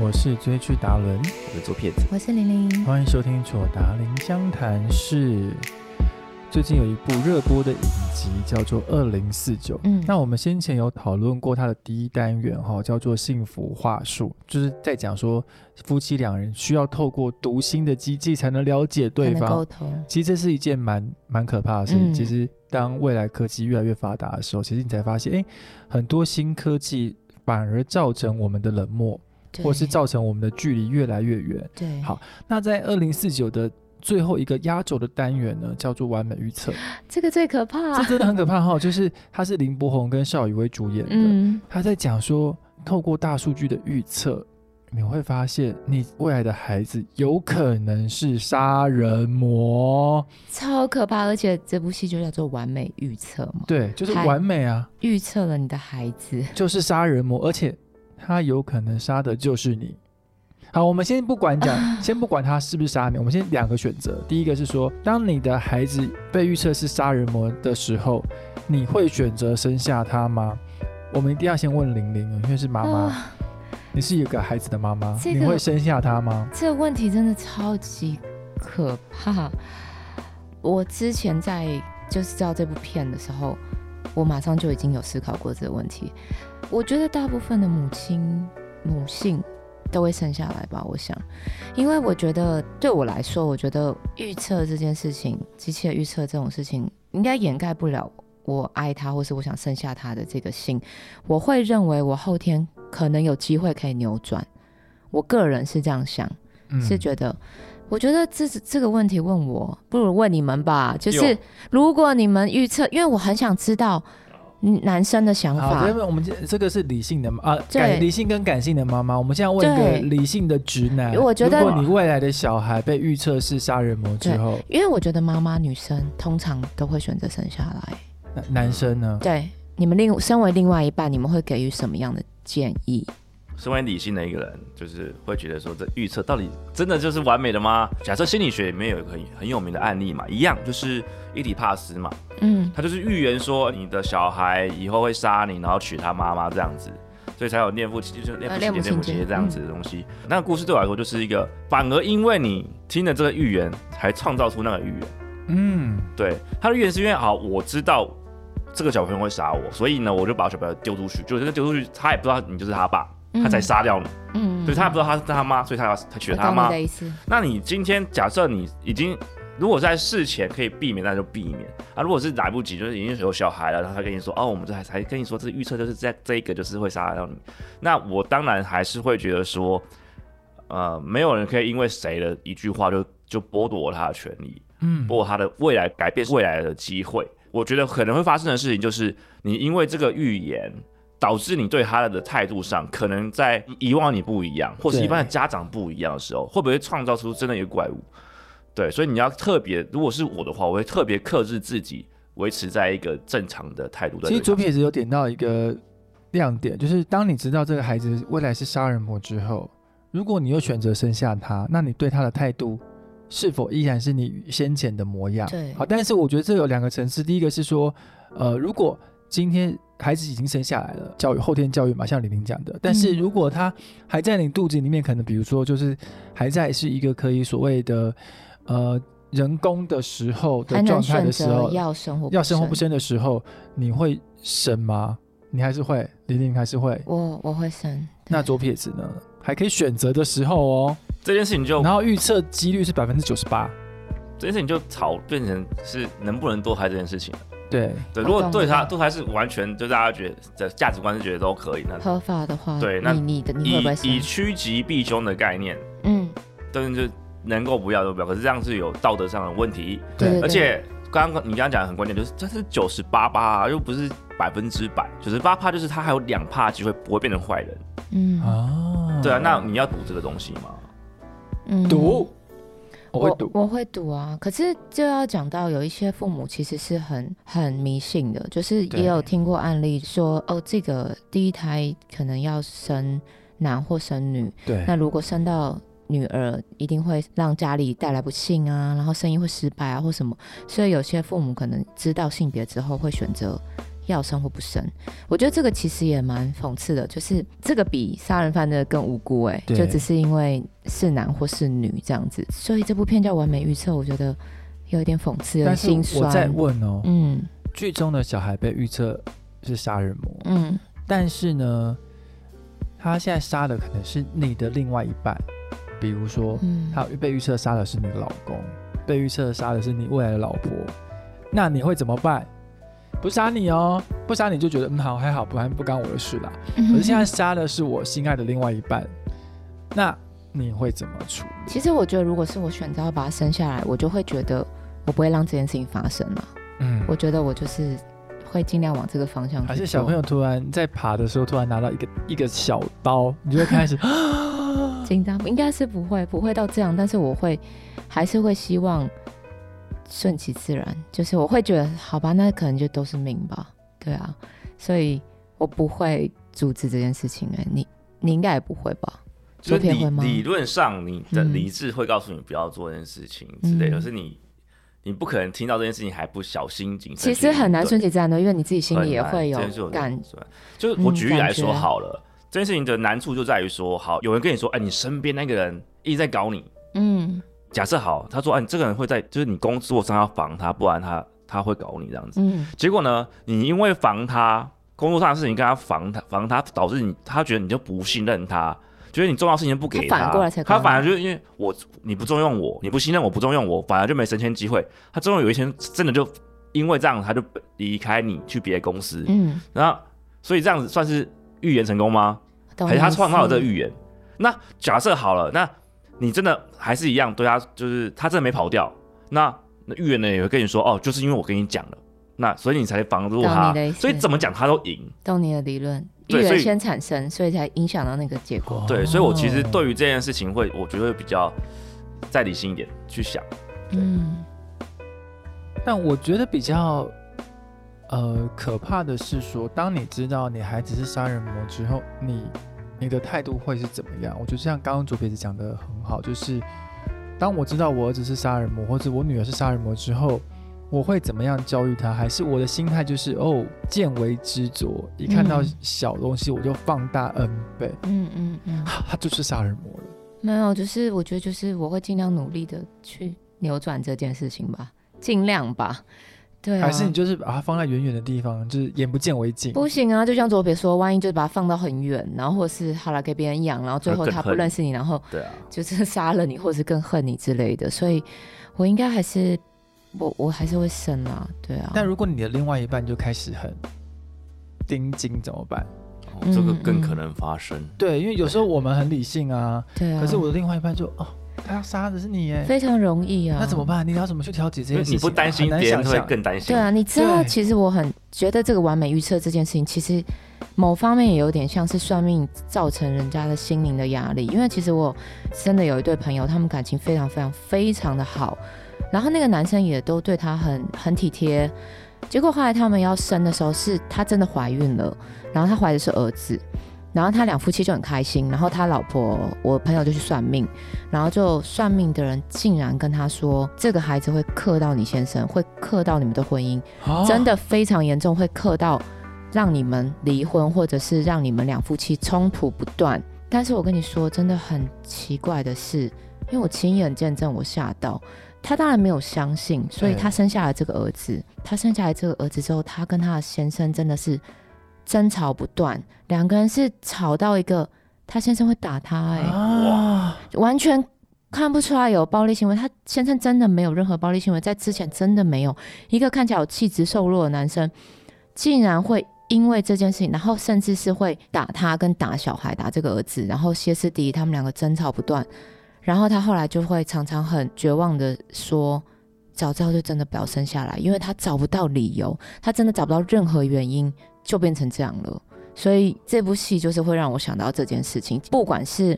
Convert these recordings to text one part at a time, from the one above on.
我是追剧达伦，我是左撇子。我是玲玲，欢迎收听《左达林湘潭市》。最近有一部热播的影集叫做《二零四九》，嗯那我们先前有讨论过它的第一单元哈、叫做“幸福话术”，就是在讲说夫妻两人需要透过读心的机制才能了解对才能沟方。通，其实这是一件蛮蛮可怕的事情。嗯其实当未来科技越来越发达的时候，其实你才发现，哎，很多新科技反而造成我们的冷漠，对或是造成我们的距离越来越远。对好那在二零四九的最后一个压轴的单元呢，叫做完美预测。这个最可 这怕，真的很可怕哈、就是它是林柏宏跟邵雨薇主演的，嗯，他在讲说，透过大数据的预测，你会发现你未来的孩子有可能是杀人魔，超可怕，而且这部戏就叫做完美预测嘛，对，就是嗨完美啊，预测了你的孩子，就是杀人魔，而且他有可能杀的就是你。好，我们先不管讲， 先不管他是不是杀人魔，我们先两个选择。第一个是说，当你的孩子被预测是杀人魔的时候，你会选择生下他吗？我们一定要先问玲玲，因为是妈妈，啊你是有个孩子的妈妈，这个你会生下他吗？这个问题真的超级可怕。我之前在就是知道这部片的时候，我马上就已经有思考过这个问题。我觉得大部分的母亲母性都会生下来吧，我想，因为我觉得对我来说，我觉得预测这件事情，机器的预测这种事情，应该掩盖不了我爱他或是我想生下他的这个心。我会认为我后天可能有机会可以扭转，我个人是这样想。嗯是觉得，我觉得这这个问题问我，不如问你们吧。就有是如果你们预测，因为我很想知道嗯男生的想好，法因，为我们这这个是理性的嘛啊，对感理性跟感性的妈妈。我们现在问一个对理性的直男，我觉得如果你未来的小孩被预测是杀人魔之后，因为我觉得妈妈女生通常都会选择生下来。那男生呢？对，你们另身为另外一半，你们会给予什么样的建议？身为理性的一个人，就是会觉得说，这预测到底真的就是完美的吗？假设心理学里面有一个很很有名的案例嘛，一样就是伊底帕斯嘛，嗯，他就是预言说你的小孩以后会杀你，然后娶他妈妈这样子，所以才有恋父情就是恋呃父恋情母节、恋母情情节节嗯这样子的东西。那个故事对我来说就是一个，反而因为你听了这个预言，才创造出那个预言。嗯，对，他的预言是因为好，我知道这个小朋友会杀我，所以呢，我就把小朋友丢出去，就是丢出去，他也不知道你就是他爸，他才杀掉你，嗯，嗯所以他也不知道他是他妈，所以他要他娶我了他懂你妈。的意思，那你今天假设你已经如果在事前可以避免，那就避免啊。如果是来不及，就是已经有小孩了，然后他跟你说哦，我们这还才跟你说，这预测就是这这一个就是会杀掉你。那我当然还是会觉得说，呃，没有人可以因为谁的一句话就就剥夺了他的权利，嗯剥夺他的未来改变未来的机会。我觉得可能会发生的事情就是，你因为这个预言。导致你对他的态度上，可能在以往你不一样，或是对一般的家长不一样的时候，会不会创造出真的一个怪物？对，所以你要特别，如果是我的话，我会特别克制自己，维持在一个正常的态度在其对实待。左撇子有点到一个亮点，就是当你知道这个孩子未来是杀人魔之后，如果你又选择生下他，那你对他的态度是否依然是你先前的模样？对好，但是我觉得这有两个层次，第一个是说，呃，如果今天孩子已经生下来了，教育后天教育嘛，像李玲讲的，但是嗯如果他还在你肚子里面，可能比如说就是还在是一个可以所谓的呃人工的时候的还状能态选的时候择，要生活要生或不。生的时候，你会生吗？你还是会，玲玲还是会。我我会嗯生，对那左撇子呢？还可以选择的时候哦，这件事情就然后预测几率是百分之九十八。这件事情就吵变成是能不能堕胎这件事情了。对，对，我如果懂对我啊他懂堕胎是完全就大家觉得的价值观是觉得都可以，那合法的话，对那你你的你会以不会以生？趋吉避凶的概念，嗯，但是就能够不要就不要，可是这样是有道德上的问题，对对对而且。刚刚你刚刚讲的很关键，就是这是九十八趴，啊又不是百分之百，九十八趴就是他还有两趴机会不会变成坏人，嗯啊，对啊，那你要赌这个东西吗？嗯赌，我会赌。我会赌啊。可是就要讲到有一些父母其实是很很迷信的，就是对也有听过案例说，哦，这个第一胎可能要生男或生女，对，那如果生到女儿，一定会让家里带来不幸嗯啊，然后生意会失败啊或什么。所以有些父母可能知道性别之后，会选择要生或不生。我觉得这个其实也蛮讽刺的，就是这个比杀人犯的更无辜哎、对就只是因为是男或是女这样子。所以这部片叫《完美预测》，我觉得有一点讽刺，有但点是心我在酸。问哦，嗯剧中的小孩被预测是杀人魔，嗯，但是呢，他现在杀的可能是你的另外一半，比如说嗯他被预测杀的是你的老公，被预测杀的是你未来的老婆，那你会怎么办？不杀你哦，不杀你就觉得嗯好还好，不然不干我的事啦。可是现在杀的是我心爱的另外一半，那你会怎么处理？ 其实我觉得，如果是我选择要把他生下来，我就会觉得我不会让这件事情发生了。嗯我觉得我就是会尽量往这个方向去做。还是小朋友突然在爬的时候，突然拿到一个一个小刀，你就会开始紧张，应该是不会，不会到这样，但是我会还是会希望顺其自然，就是我会觉得好吧，那可能就都是命吧，对啊，所以我不会阻止这件事情、哎，你你应该也不会吧？就昨是天理会吗？理论上你的嗯理智会告诉你不要做这件事情之类，嗯可是你你不可能听到这件事情还不小心谨慎其去应对。实很难顺其自然的，因为你自己心里也很难会有这件事我觉得感是吧就是我嗯举例来说感觉好了，这件事情的难处就在于说，好，有人跟你说，哎，你身边那个人一直在搞你。嗯假设好，他说，哎，你这个人会在，就是你工作上要防他，不然他他会搞你这样子。嗯结果呢，你因为防他工作上的事情跟他防他防他，导致你他觉得你就不信任他，觉得你重要的事情不给他反过来才搞他你啊反而就因为我你不重用我，你不信任我，不重用我，反而就没升迁机会。他终于有一天真的就因为这样，他就离开你去别的公司，嗯，然后所以这样子算是预言成功吗？懂还是他你意创造了这个思预言？那假设好了，那你真的还是一样对他，就是他真的没跑掉，那那预言呢也会跟你说，哦，就是因为我跟你讲了，那所以你才防住懂他你的意，思所以怎么讲他都赢。懂你的理论，预对所言以哦先产生，所以才影响到那个结果。对，所以我其实对于这件事情会，我觉得会比较再理性一点去想。嗯但我觉得比较呃可怕的是说，当你知道你孩子是杀人魔之后，你你的态度会是怎么样？我觉得像刚刚左撇子讲的很好，就是当我知道我儿子是杀人魔，或者我女儿是杀人魔之后。我会怎么样教育他？还是我的心态就是哦，见微知著，一看到嗯小东西我就放大 n 倍，嗯嗯嗯，啊他就是杀人魔了。没有，就是我觉得就是我会尽量努力的去扭转这件事情吧，尽量吧。对啊，还是你就是把它放在远远的地方，就是眼不见为净。不行啊！就像左别说，万一就把它放到很远，然后或是好了给别人养，然后最后更他不恨认识你，然后 对啊，就是杀了你，或是更恨你之类的。所以，我应该还是我我还是会生啊，对啊。但如果你的另外一半就开始很盯紧怎么办？哦嗯这个更可能发生。对，因为有时候我们很理性啊，对啊，可是我的另外一半就哦，他要杀的是你耶，非常容易啊。那怎么办？你要怎么去调解这因件为事情啊？你不担心，很难别人想会象更担心。对啊，你知道，对其实我很觉得这个完美预测这件事情，其实某方面也有点像是算命造成人家的心灵的压力。因为其实我真的有一对朋友，他们感情非常非常非常的好，然后那个男生也都对她很很体贴。结果后来他们要生的时候，是她真的怀孕了，然后她怀的是儿子，然后他两夫妻就很开心，然后他老婆，我朋友就去算命，然后就算命的人竟然跟他说，这个孩子会克到你先生，会克到你们的婚姻，哦真的非常严重，会克到让你们离婚，或者是让你们两夫妻冲突不断。但是我跟你说，真的很奇怪的是，因为我亲眼见证，我吓到。他当然没有相信，所以对他生下来这个儿子，他生下来这个儿子之后，他跟他的先生真的是争吵不断，两个人是吵到一个他先生会打他、哎、啊，完全看不出来有暴力行为。他先生真的没有任何暴力行为，在之前真的没有一个看起来有气质瘦弱的男生，竟然会因为这件事情，然后甚至是会打他跟打小孩，打这个儿子，然后歇斯底里，他们两个争吵不断。然后他后来就会常常很绝望的说。早知道就真的不要生下来，因为他找不到理由，他真的找不到任何原因，就变成这样了。所以这部戏就是会让我想到这件事情，不管是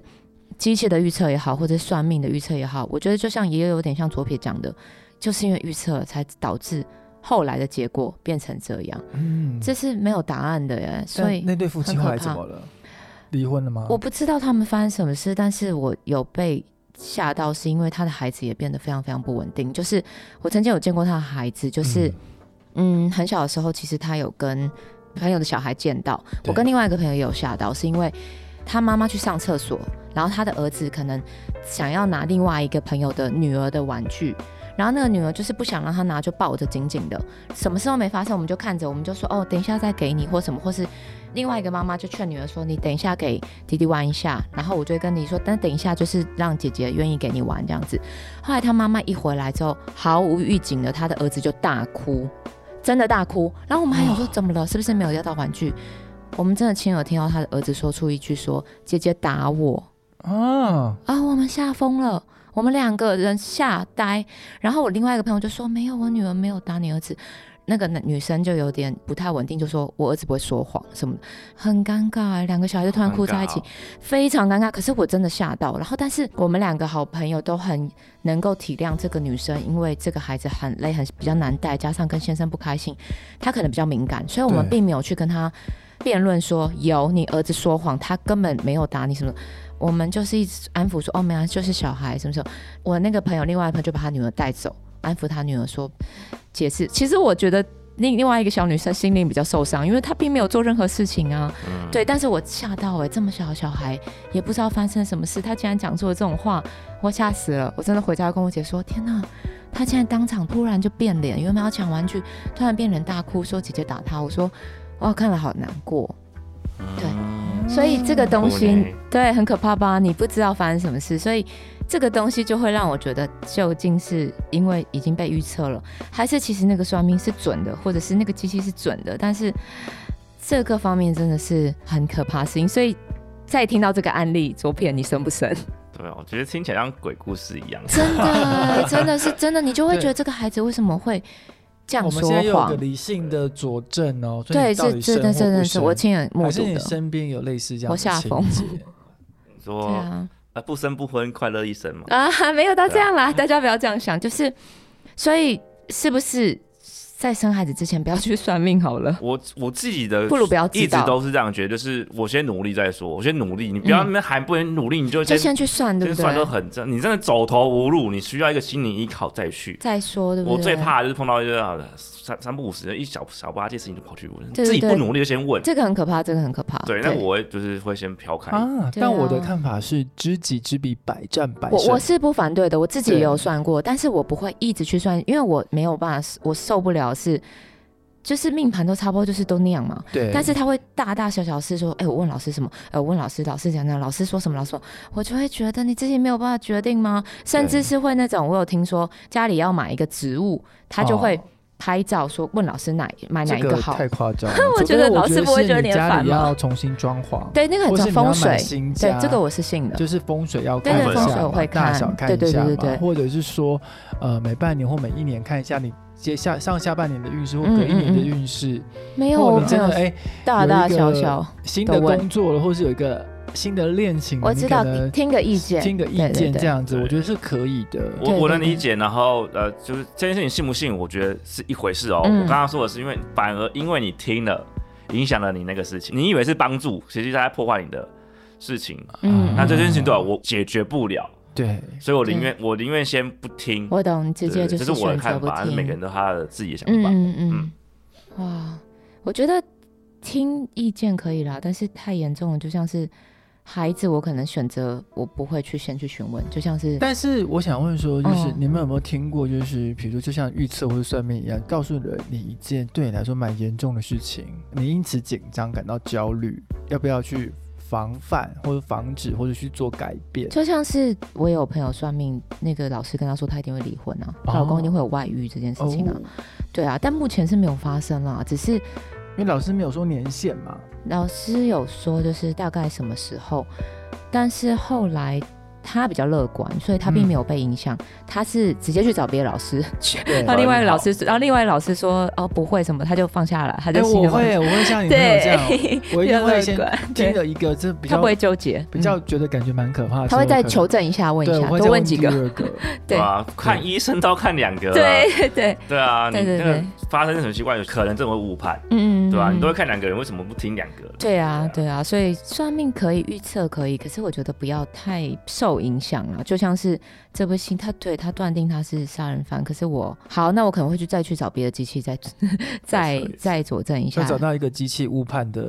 机械的预测也好，或者算命的预测也好，我觉得就像也有点像左撇讲的，就是因为预测才导致后来的结果变成这样，嗯，这是没有答案的耶。所但以那对夫妻很可后来怎怕么了？离婚了吗？我不知道他们发生什么事，但是我有被吓到，是因为他的孩子也变得非常非常不稳定。就是我曾经有见过他的孩子，就是嗯嗯，很小的时候，其实他有跟朋友的小孩见到，对我跟另外一个朋友也有吓到，是因为他妈妈去上厕所，然后他的儿子可能想要拿另外一个朋友的女儿的玩具。然后那个女儿就是不想让他拿，就抱着紧紧的，什么事都没发生，我们就看着，我们就说哦，等一下再给你或什么，或是另外一个妈妈就劝女儿说，你等一下给弟弟玩一下，然后我就会跟你说，但等一下就是让姐姐愿意给你玩这样子。后来他妈妈一回来之后，毫无预警的，他的儿子就大哭，真的大哭。然后我们还想说，怎么了？是不是没有要到玩具？我们真的亲耳听到他的儿子说出一句说：“姐姐打我啊，啊！”我们吓疯了，我们两个人吓呆。然后我另外一个朋友就说：“没有，我女儿没有打你儿子。”那个女生就有点不太稳定，就说：“我儿子不会说谎什么的，很尴尬。”两个小孩就突然哭在一起尴尬，啊非常尴尬。可是我真的吓到，然后但是我们两个好朋友都很能够体谅这个女生，因为这个孩子很累，很比较难带，加上跟先生不开心，她可能比较敏感，所以我们对并没有去跟她辩论说有你儿子说谎，他根本没有打你什么。我们就是一直安抚说，哦，没有、啊，就是小孩什么时候？我那个朋友，另外一个朋友就把他女儿带走，安抚他女儿说，解释。其实我觉得另另外一个小女生心灵比较受伤，因为她并没有做任何事情啊。嗯，对，但是我吓到哎、这么小的小孩也不知道发生了什么事，他竟然讲出了这种话，我吓死了！我真的回家跟我姐说，天哪，他竟然当场突然就变脸，原本要抢玩具，突然变脸大哭，说姐姐打他。我说，哇，看了好难过。对嗯所以这个东酷西嗯呢，对，很可怕吧？你不知道发生什么事，所以这个东西就会让我觉得，究竟是因为已经被预测了，还是其实那个算命是准的，或者是那个机器是准的？但是这个方面真的是很可怕的事情，所以。再听到这个案例，左片你生不生？对啊，我觉得听起来像鬼故事 一样。真的，真的是真的，你就会对觉得这个孩子为什么会这样我们现在说又有个 谎？理性的佐证哦，所以对，你到是底真的，生或真不的是我生亲眼目还是睹你的。身边有类似这样我的吓情疯节， 对说、啊，呃不生不婚，快乐一生嘛。 啊，没有到这样啦，大家不要这样想，就是，所以是不是在生孩子之前不要去算命好了？我我自己 的不如不要知一直道，都是这样觉得，就是我先努力再说，我先努力，你不要嗯那边还不能努力，你就就先先去算，对先不算都对？很正，你真的走投无路，你需要一个心理依靠再去。再说，对不对？我最怕的就是碰到一个啊三三不五十的一小小不拉几事情就跑去问，对自己对不努力就先问。这个很可怕，这个很可怕。对，那我会就是会先飘开。啊！对但我的啊看法是，知己知彼，百战百我胜。我是不反对的，我自己对也有算过，但是我不会一直去算，因为我没有办法，我受不了是，就是命盘都差不多，就是都那样嘛。对，但是他会大大小小事说，哎、我问老师什么？哎、我问老师，老师讲讲，老师说什么？老师说，我就会觉得你自己没有办法决定吗？甚至是会那种，我有听说家里要买一个植物，他就会哦拍照说问老师哪买哪这一个好。太夸张了 我除觉非得老师是不会觉得你你很家烦里吗要重新装潢，对，那个很或是重你要风买水，新对家，这个我是信的。就是风水要对看对一下嘛，风水我会大看小看对一对下嘛，对对对或者是说，呃，每半年或每一年看一下你接下上下半年的运势或嗯隔一年的运势，没有，或我你真的没有哎大大小小，新的都问工作了，或是有一个新的恋情了，我你知可道能听个意见，听个意对对见对这样子，对我觉得是可以的。我我能对对理解，然后呃，就是这件事情信不信，我觉得是一回事哦。嗯我刚刚说的是，因为反而因为你听了，影响了你那个事情，你以为是帮助，其实他在破坏你的事情。嗯，那这件事情对吧、嗯我解决不了，对，所以我宁愿我宁愿先不听。嗯我懂，直对接对就这是我的选择看不法，听。每个人都有他的自己的想法。嗯嗯嗯，哇，我觉得听意见可以啦，但是太严重了，就像是孩子，我可能选择我不会去先去询问，就像是但是我想问说，就是嗯你们有没有听过，就是比如说，就像预测或者算命一样，告诉了你一件对你来说蛮严重的事情，你因此紧张感到焦虑，要不要去防范或者防止或者去做改变？就像是我有朋友算命，那个老师跟他说他一定会离婚啊，她老公一定会有外遇这件哦事情啊，对啊，但目前是没有发生啦，只是因为老师没有说年限嘛，老师有说就是大概什么时候，但是后来。他比较乐观，所以他并没有被影响。他是直接去找别的老师，对。然后另外一个很好老师，然后另外一个老师说哦不会什么，他就放下了，他哎，就心里我会，我会像你朋友这 样，对，我一比较定会乐先观，听对，了一个这比他较不会纠结，比较觉得感觉蛮可怕的之嗯他后可会能，再求证一下，问一对，我下，会多再问几第个，二个，对啊，看医生都要看两个、啊。对对，对啊，你对对那个对发生什么奇怪，可能这种误判，嗯，对吧、嗯你都会。看两个人，为什么不听两个？对啊，对啊，所以算命可以预测可以，可是我觉得不要太受受影响啊。就像是这部戏，他对他断定他是杀人犯，可是我好，那我可能会去再去找别的机器再 再再测一次再佐证一要下找。到一个机器误判的，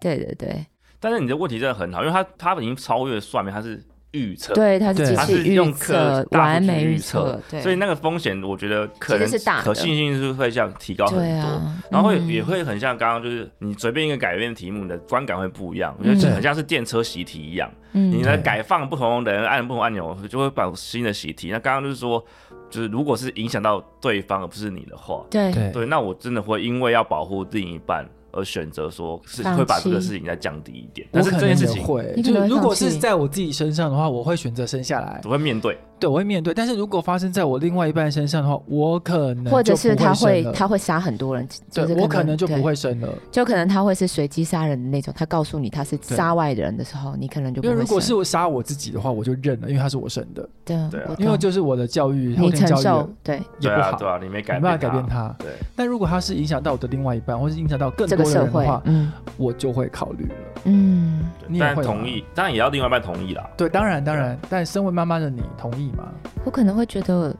对对对，但是你的问题真的很好，因为他他已经超越算命，他是预测，对，他对是机它器是用预科测，大数完据美预预测测，对，所以那个风险我觉得可其能实是大的可信性是会这样提高很对多。啊，然后会也嗯会很像刚刚，就是你随便一个改变题目，你的观感会不一样。我觉得这嗯很像是电车习题一样，嗯你的对改放不同人按不同按钮，就会把新的习题。那刚刚就是说，就是如果是影响到对方而不是你的话，对对对，那我真的会因为要保护另一半而选择说是放会把这个弃事情再降低一点。我但是可这能件也事情会，你可就能是会如果放弃是在我自己身上的话，我会选择生下来，我会面对，对我会面对。但是如果发生在我另外一半身上的话，我可能或者就是不他会生了他会杀很多人，就对是我可能就对不会生了。就可能他会是随机杀人的那种。他告诉你他是杀外人的时候，你可能就不因会为生。如果是我杀我自己的话，我就认了，因为他是我生的，对啊对啊，我因为懂就是我的教育后你天承教受育对也对不啊好，对啊，你没改没变办法改变他。对，但如果他是影响到我的另外一半，或是影响到更这多个的社人的会话，，嗯我就会考虑了。嗯，你对也但会啊吗同意，当然也要另外一半同意啦。对，当然当然，但身为妈妈的你同意吗？我可能会觉得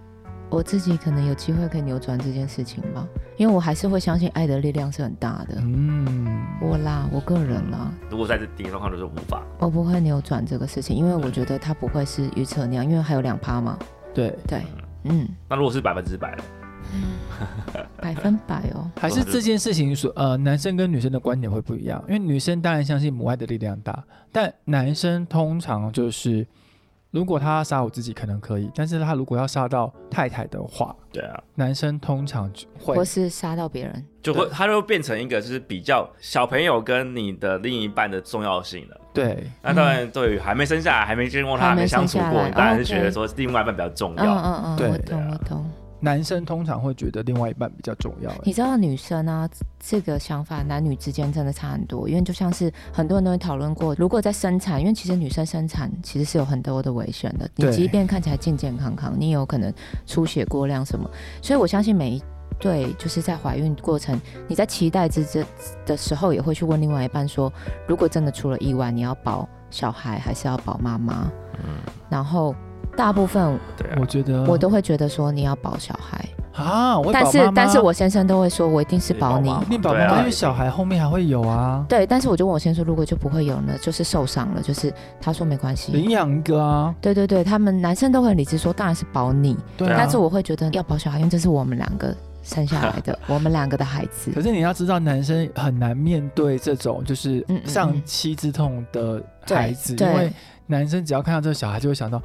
我自己可能有机会可以扭转这件事情吧，因为我还是会相信爱的力量是很大的。嗯，我啦，我个人啦，如果在这第一个状况就是无法，我哦不会扭转这个事情，因为我觉得它不会是预测那样，因为还有两趴嘛。对，对，嗯，那如果是百分之百的，百分百哦。还是这件事情所嗯呃，男生跟女生的观点会不一样，因为女生当然相信母爱的力量大，但男生通常就是，如果他杀我自己可能可以，但是他如果要杀到太太的话，对啊，男生通常就会或是杀到别人，就会对它就会变成一个就是比较小朋友跟你的另一半的重要性了。对那当然，对于还没生下来、还没见过他、还还没没相处生下过，来你当然是哦觉得说另外一半比较重嗯要。嗯对嗯，我懂我懂。男生通常会觉得另外一半比较重要。你知道女生啊，这个想法男女之间真的差很多，因为就像是很多人都会讨论过，如果在生产，因为其实女生生产其实是有很多的危险的，你对即便看起来健健康康，你也有可能出血过量什么，所以我相信每一。对，就是在怀孕过程，你在期待之之的时候，也会去问另外一半说，如果真的出了意外，你要保小孩还是要保妈妈？嗯，然后大部分对啊我，觉得我都会觉得说你要保小孩，啊，我会但保是妈妈但是我先生都会说，我一定是你保保你妈。妈一定保妈对妈，啊因为小孩后面还会有啊，对，但是我就问我先生说，如果就不会有呢，就是受伤了，就是他说没关系。领养一个啊，对对对，他们男生都会很理智说，当然是保你，对啊。但是我会觉得要保小孩，因为这是我们两个生下 来的，我们两个的孩子可。是你要知道，男生很难面对这种就是嗯嗯嗯丧妻之痛的孩子，因为对男生只要看到这个小孩，就会想到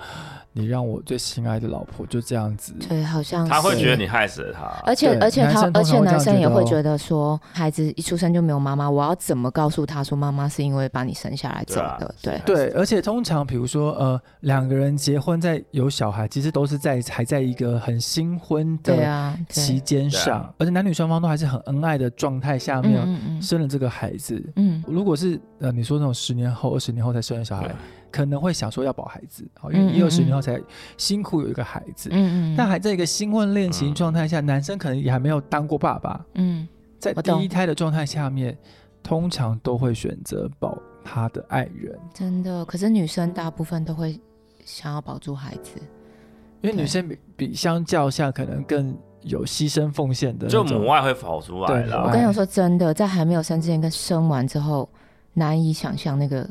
你让我最心爱的老婆就这样子。对，好像他会是呃觉得你害死了他。而且对而且男他生，通常而会且这男样生觉也得会哦觉得说，孩子一出生就没有妈妈，我要怎么告诉他说妈妈是因为把你生下来走对啊的？是对啊对，而且通常比如说呃，两个人结婚在有小孩，其实都是在还在一个很新婚对的啊，对期间对上啊，而且男女双方都还是很恩爱的状态下嗯面、嗯嗯生了这个孩子。嗯，如果是呃，你说那种十年后、二十年后才生的小孩对，可能会想说要保孩子，好，因为嗯也有十嗯年后才辛苦有一个孩子，嗯嗯，但还在一个新婚恋嗯情状态下，男生可能也还没有当过爸爸，嗯在我第懂一胎的状态下面，通常都会选择保他的爱人，真的，可是女生大部分都会想要保住孩子。因为女对生比比相较下可能更有牺牲奉献的那就种，母爱会跑出来对我母啦爱。跟你说真的，在还没有生之前跟生完之后，难以想象那个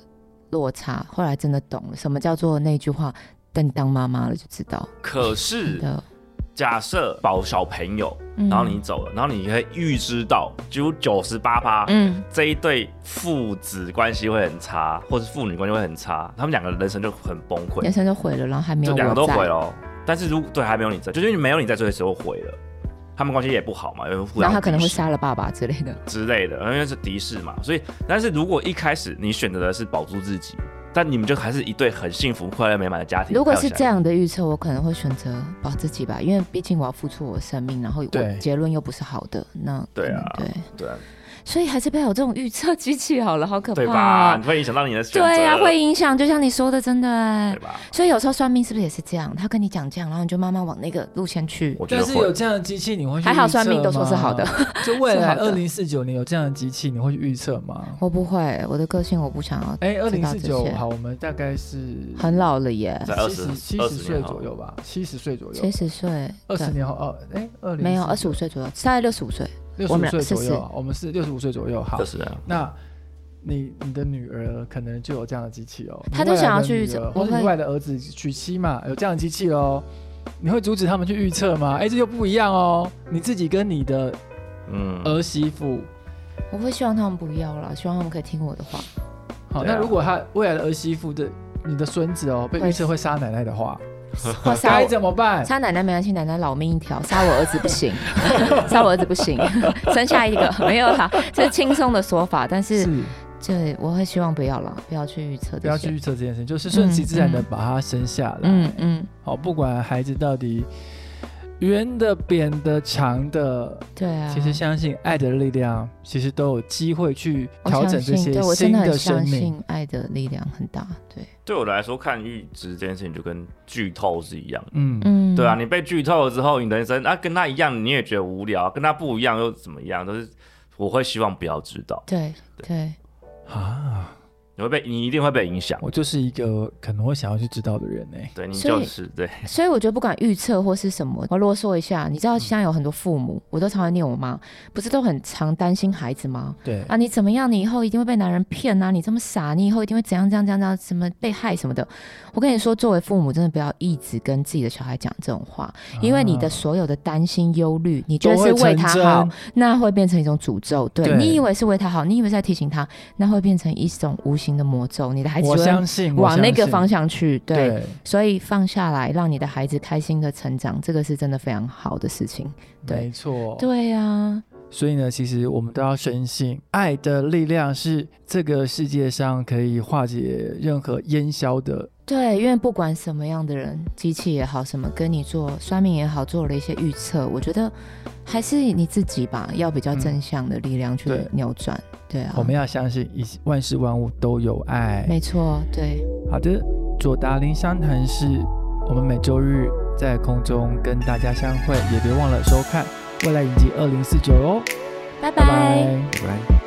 落差。后来真的懂了什么叫做那句话，等你当妈妈了就知道。可真是的，假设保小朋友，嗯然后你走了，然后你可以预知到，几乎九十八趴，嗯，这一对父子关系会很差，或是父女关系会很差，他们两个人生就很崩溃人。生就毁了，然后还没有就我两个都在毁了哦。但是如对还没有你在，就是因为没有你在，所以谁会毁了？他们关系也不好嘛，因为互然相后他可能会敌视杀了爸爸之类的。之类的，因为是敌视嘛。所以，但是如果一开始你选择的是保住自己，但你们就还是一对很幸福、快乐、美满的家庭。如果还有是小孩这，样的预测，我可能会选择保自己吧，因为毕竟我要付出我的生命，然后我对结论又不是好的，那嗯对啊可能对。对啊，所以还是不要有这种预测机器好了，好可怕、对啊吧？你会影响到你的选择，对呀、啊会影响，就像你说的，真的哎、对吧？所以有时候算命是不是也是这样？他跟你讲这样，然后你就慢慢往那个路线去。我觉但得是有会。这样的机器，你会去还好预测算命都说是吗好的。就未来 是好二的零四九年有这样的机器，你会去预测吗？我不会，我的个性我不想要，哎，二知零道四这九些，好，我们大概是很老了耶，在二七十十七二十十岁年后左右吧，七十岁左七右，十岁，二对十年后哦，哎，二零没有二十五岁左右，大概六十五岁，六十我五们俩岁左44右，我们是六十五岁左右。好就，是啊，那你你的女儿可能就有这样的机器哦，她你都未来想要的去女预测儿我或者你会未来的儿子娶妻嘛，有这样的机器喽。你会阻止他们去预测吗？哎，这又不一样哦。你自己跟你的嗯，儿媳妇，我会希望他们不要了，希望他们可以听我的 话。好，对啊那如果他未来的儿媳妇的你的孙子哦被会预测会杀奶奶的话，或杀该我，怎么办？杀奶奶没关系，奶奶老命一条，杀我儿子不行， 杀我儿子不行， 生下一个 没有啦，这是轻松的说法，但是是这我会希望不要了，不要去预测不这要去些。预测这件事，就是顺其自然的把他生下来。嗯嗯，好，不管孩子到底圆的、扁的、长的，对啊。其实相信爱的力量，其实都有机会去我调相整信，这些对我真新的很生相命。信爱的力量很大。对，对我来说，看预知这件事情就跟剧透是一样的。嗯，嗯，对啊，，你被剧透了之后，你人生啊跟他一样，你也觉得无聊；跟他不一样又怎么样？都是我会希望不要知道，对对，啊，你会被你一定会被影响。我就是一个可能会想要去知道的人呢、欸对你所以就是对，所以我觉得不管预测或是什么，我啰嗦一下，你知道现在有很多父母，我都常常念我妈，不是都很常担心孩子吗？对，啊，你怎么样？你以后一定会被男人骗啊！你这么傻，你以后一定会怎样怎样怎样怎样，什么被害什么的。我跟你说，作为父母，真的不要一直跟自己的小孩讲这种话，因为你的所有的担心、忧虑，你觉得啊都会是为成他真好，那会变成一种诅咒。对对你以为是为他好，你以为是在提醒他，那会变成一种无形的魔咒，你的孩子我就会相信我往那个相信方向去。对，对，所以放下来，让你的孩子开心的成长，这个是真的非常好的事情。对没错，对呀、啊，所以呢，其实我们都要深信，爱的力量是这个世界上可以化解任何烟消的。对，因为不管什么样的人，机器也好，什么跟你做算命也好，做了一些预测，我觉得还是你自己吧，要比较正向的力量嗯去对扭转。对啊，我们要相信，一万事万物都有爱。没错，对，好的，左达林商谈室，我们每周日在空中跟大家相会，也别忘了收看《未来影集二零四九》哦，拜拜拜拜拜拜。